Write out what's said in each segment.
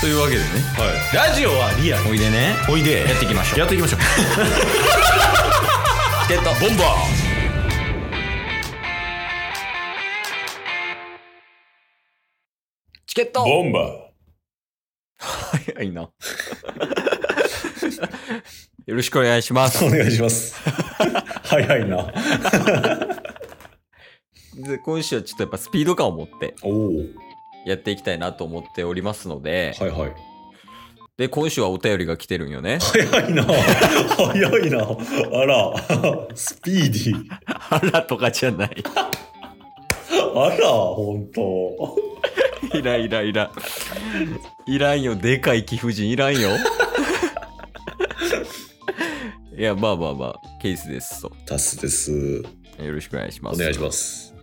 というわけでねラジオはリアルおいでねおいでやっていきましょうやってい きましょうチケットボンバーチケットボンバー早いな よろしくお願いしますお願いし ます。早いな。で今週はちょっとやっぱスピード感を持っておお。やっていきたいなと思っておりますので、はいはい。で今週はお便りが来てるんよね早いな。早いな。あら。スピーディー。あらとかじゃない あら、ほんと。いらいらいらいらんよでかい貴婦人いらん よいやまあまあまあケースですとタスです。よろしくお願いしまおす願いします。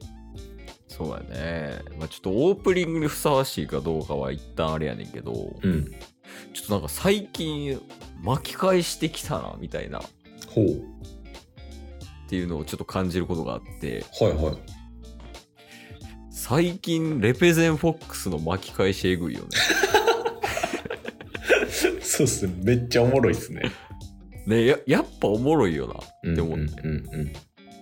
そうだね、まあ、ちょっとオープニングにふさわしいかどうかは一旦あれやねんけど、うん。ちょっとなんか最近巻き返してきたなみたいなっほう。ていうのをちょっと感じることがあってはいはい。最近レペゼンフォックスの巻き返しえぐ いよねそうっすね。めっちゃおもろいっすね。ねややっぱおもろいよなって思って、うんうんうん。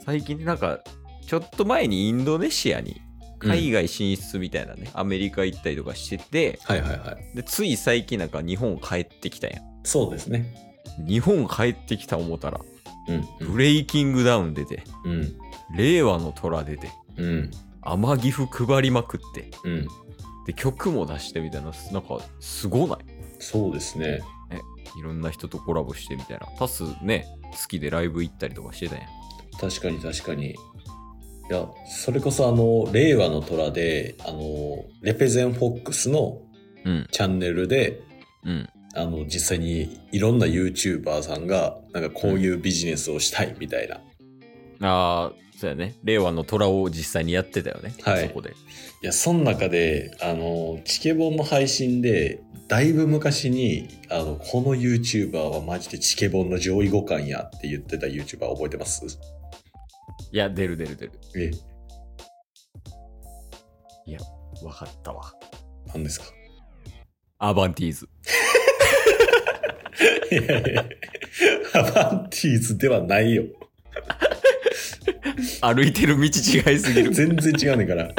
最近なんかちょっと前にインドネシアに海外進出みたいなね、アメリカ行ったりとかしててはいはいはい。でつい最近なんか日本帰ってきたやんそうですね。日本帰ってきた思ったらうんブレイキングダウン出てうん令和の虎出てうん天岐阜配りまくってうん。で曲も出してみたいななんかすごないそうですね。いろんな人とコラボしてみたいなタスね好きでライブ行ったりとかしてたやん確かに確かにいやそれこそあの令和の虎であのレペゼンフォックスのうんチャンネルでうんあの実際にいろんな YouTuber さんがなんかこういうビジネスをしたいみたいな、いああそうやね令和の虎を実際にやってたよね、はいそこでやその中であのチケボンの配信でだいぶ昔にあのこの YouTuber はマジでチケボンの上位互換やって言ってた YouTuber 覚えてますいや出る出る出るえわかったわ何ですか アバンティーズいやいやアバンティーズではないよ歩いてる道違いす ぎる全然違うねんから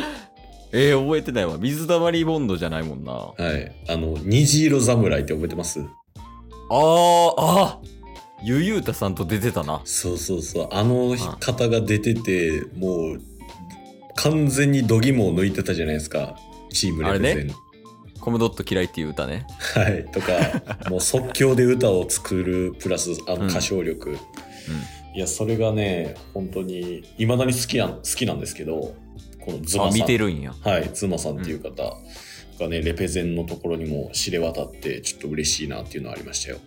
えー、覚えてないわ水溜りボンドじゃないもんなあはい。あの、虹色侍って覚えてますーあーゆゆうたさんと出てたなそうそうそう。あの方が出てて、もう、完全に度肝を抜いてたじゃないですか。チームレペゼン。コムドット嫌いっていう歌ねはい。と か、もう即興で歌を作る、プラス、あうんの、歌唱力。いや、それがね、本当に、いまだに好きやん、好きなんですけど、このズあマさ見てん。るんやはい。ズマさんっていう方がね、レペゼンのところにも知れ渡って、ちょっと嬉しいなっていうのはありましたよ。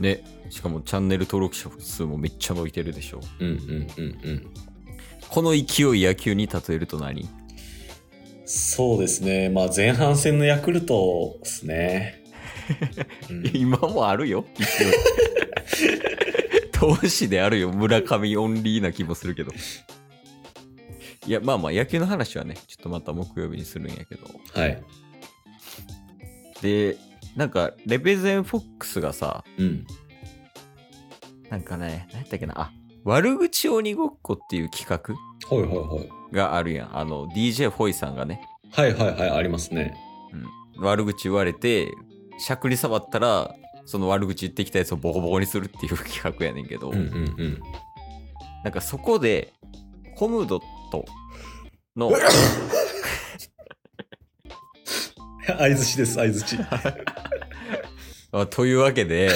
ねしかもチャンネル登録者数もめっちゃ伸びてるでしょうんうんうんうん。この勢い野球に例えると何そうですね、まあ、前半戦のヤクルトです ね。うん今もあるよ勢い 投資であるよ村上オンリーな気もするけどいやまあまあ野球の話はねちょっとまた木曜日にするんやけどはい。でなんかレペゼンフォックスがさうん。なんかね何やったっけなあ悪口鬼ごっこっていう企画はいはいがあるやんあの DJ フォイさんがね、はい。はいはいはい、ありますね。うん、悪口言われてしゃくり触ったらその悪口言ってきたやつをボコボコにするっていう企画やねんけど、うんうんなんかそこで、コムドットの、 うん。 相槌です、相槌。 あというわけで、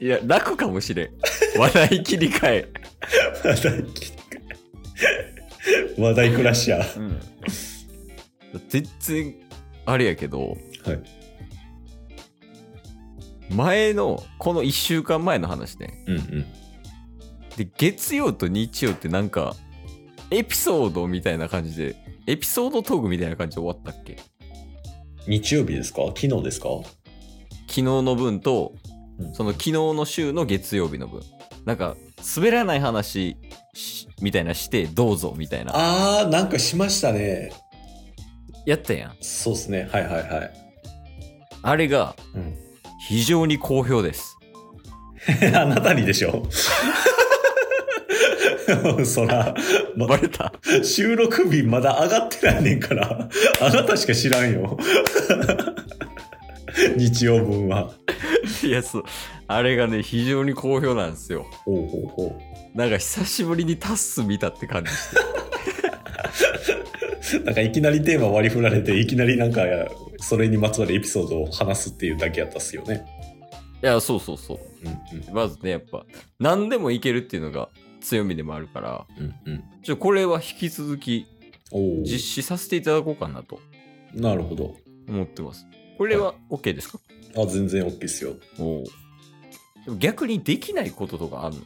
いや、楽かもしれん。話題切り替え。話題切り替え話題クラッシャー。全然、あれやけど、はい前の、この1週間前の話ね。うんうん。で、月曜と日曜ってなんか、エピソードみたいな感じで、エピソードトークみたいな感じで終わったっけ日曜日ですか昨日ですか昨日の分とうんその昨日の週の月曜日の分なんか滑らない話しみたいなして、どうぞみたいな。あー、なんかしましたね。やったやん。そうですね。はいはいはい。 あれがうん、非非常に好評です。あなたにでしょ そら、まバレた 収録日まだ上がってないねんから、あなたしか知らんよ。 日曜分は。 いや、そう。あれがね、非常に好評なんですよ。おうおうおうなんか久しぶりにタッス見たって感じして。なんかいきなりテーマ割り振られて、いきなりなんか、それにまつわるエピソードを話すっていうだけやったっすよね。いや、そうそうそう。うんまずね、やっぱ、何でもいけるっていうのが強みでもあるから、うんうんうん。ちょこれは引き続きおお。実施させていただこうかなとなるほど。思ってます。これは OK ですか、あ、全然 OK っすよ。おうでも逆にできないこととかあるの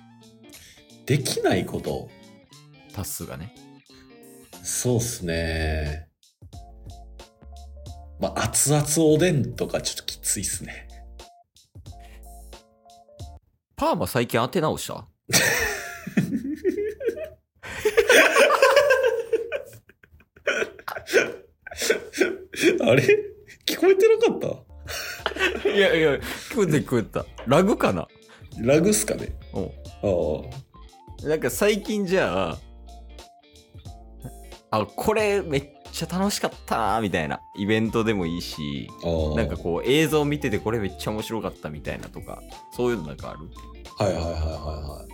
できないこと。タスがね。そうっすね。まあ、熱々おでんとかちょっときついっすね。 パーマ最近当て直したあれ聞こえてなかったいやいや、 聞こえた聞こえた。ラグかなラグっすかねおうああ。なんか最近じゃあ、あ、これめっちゃ楽しかったなみたいな。イベントでもいいし、ああ。なんかこう映像見ててこれめっちゃ面白かったみたいなとか、そういうのなんかあるはいはいはいはいはい。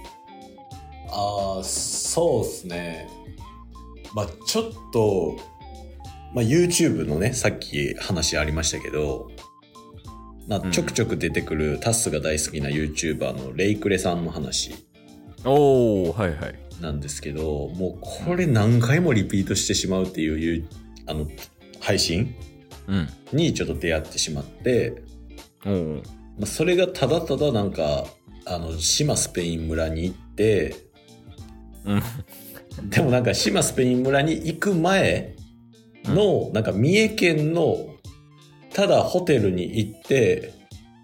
ああ、そうですね。まあちょっと、まあ YouTube のね、さっき話ありましたけど、まうあんちょくちょく出てくるタスが大好きな YouTuber のレイクレさんの話おおはいはい。なんですけど、もうこれ何回もリピートしてしまうっていうゆう、あの、配信うん。にちょっと出会ってしまって、おおまあ、それがただただなんか、あの、島スペイン村に行って、うん。でもなんか島スペイン村に行く前の、なんか三重県のただホテルに行って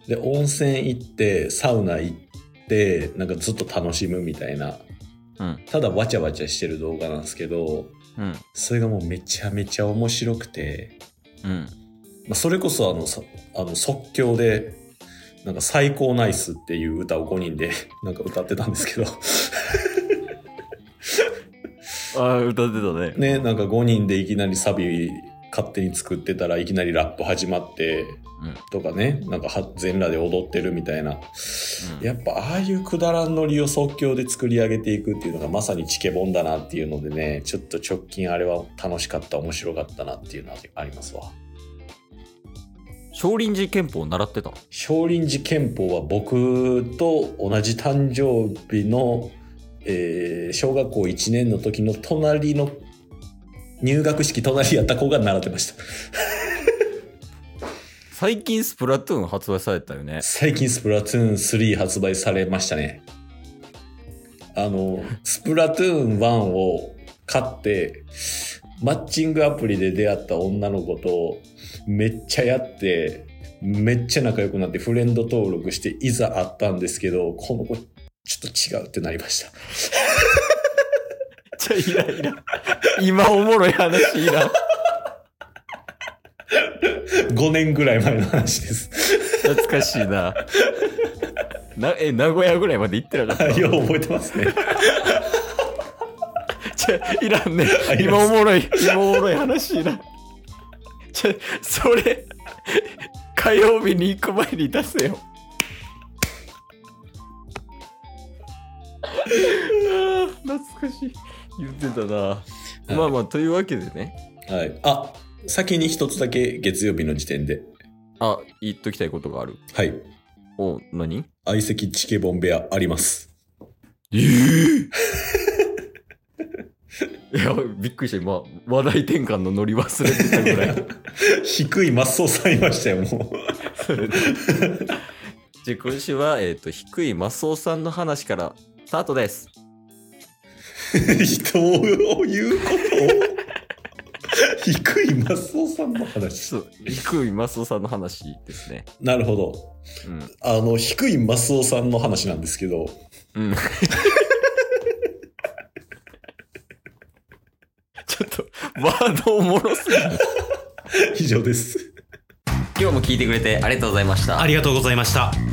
で温泉行ってサウナ行ってなんかずっと楽しむみたいなうん。ただわちゃわちゃしてる動画なんですけどうん。それがもうめちゃめちゃ面白くて、うん。まあ、それこそあのそあの即興でなんか最高ナイスっていう歌を5人で なんか歌ってたんですけど ああ、歌ってたね。ね、なんか5人でいきなりサビ勝手に作ってたらいきなりラップ始まってうんとかね、なんかは全裸で踊ってるみたいな、うんやっぱああいうくだらんノリを即興で作り上げていくっていうのがまさにチケボンだなっていうのでねちょっと直近あれは楽しかった面白かったなっていうのはありますわ少林寺拳法習ってた。少林寺拳法は僕と同じ誕生日の、えー小学校1年の時の隣の入学式隣やった子が習ってました最近スプラトゥーン発売されたよね。最近スプラトゥーン3発売されましたね。あの、スプラトゥーン1を買って、マッチングアプリで出会った女の子とめっちゃやって、めっちゃ仲良くなってフレンド登録していざ会ったんですけど、この子ちょっと違うってなりました。 めっちゃイライラ。今おもろい話イラ。 5年ぐらい前の話です。懐かしいな。なえ、名古屋ぐらいまで行ってなかった。よう覚えてますね。ちゃいらんねあいらん今っ。すおもろい、今おもろい話いらん。ちゃそれ、火曜日に行く前に出せよ。あー懐かしい。言ってたな。いまあまあ、というわけでね。はい。あ、先に一つだけ月曜日の時点で。あ、言っときたいことがある。はい。お、何相席チケボン部屋あります。えー いやびっくりした今話題転換の乗り忘れてたぐらい低いマスオさんいました よ、もそれでじゃあ今週は、えー、と低いマスオさんの話からスタートですう。人を言うことを 低いマスオさんの話そ。う、低いマスオさんの話ですね。なるほど。うん。あの、低いマスオさんの話なんですけど、うん。ちょっと、ワードおもろすぎる。以上です。今日も聞いてくれてありがとうございましたあ。りがとうございました。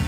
す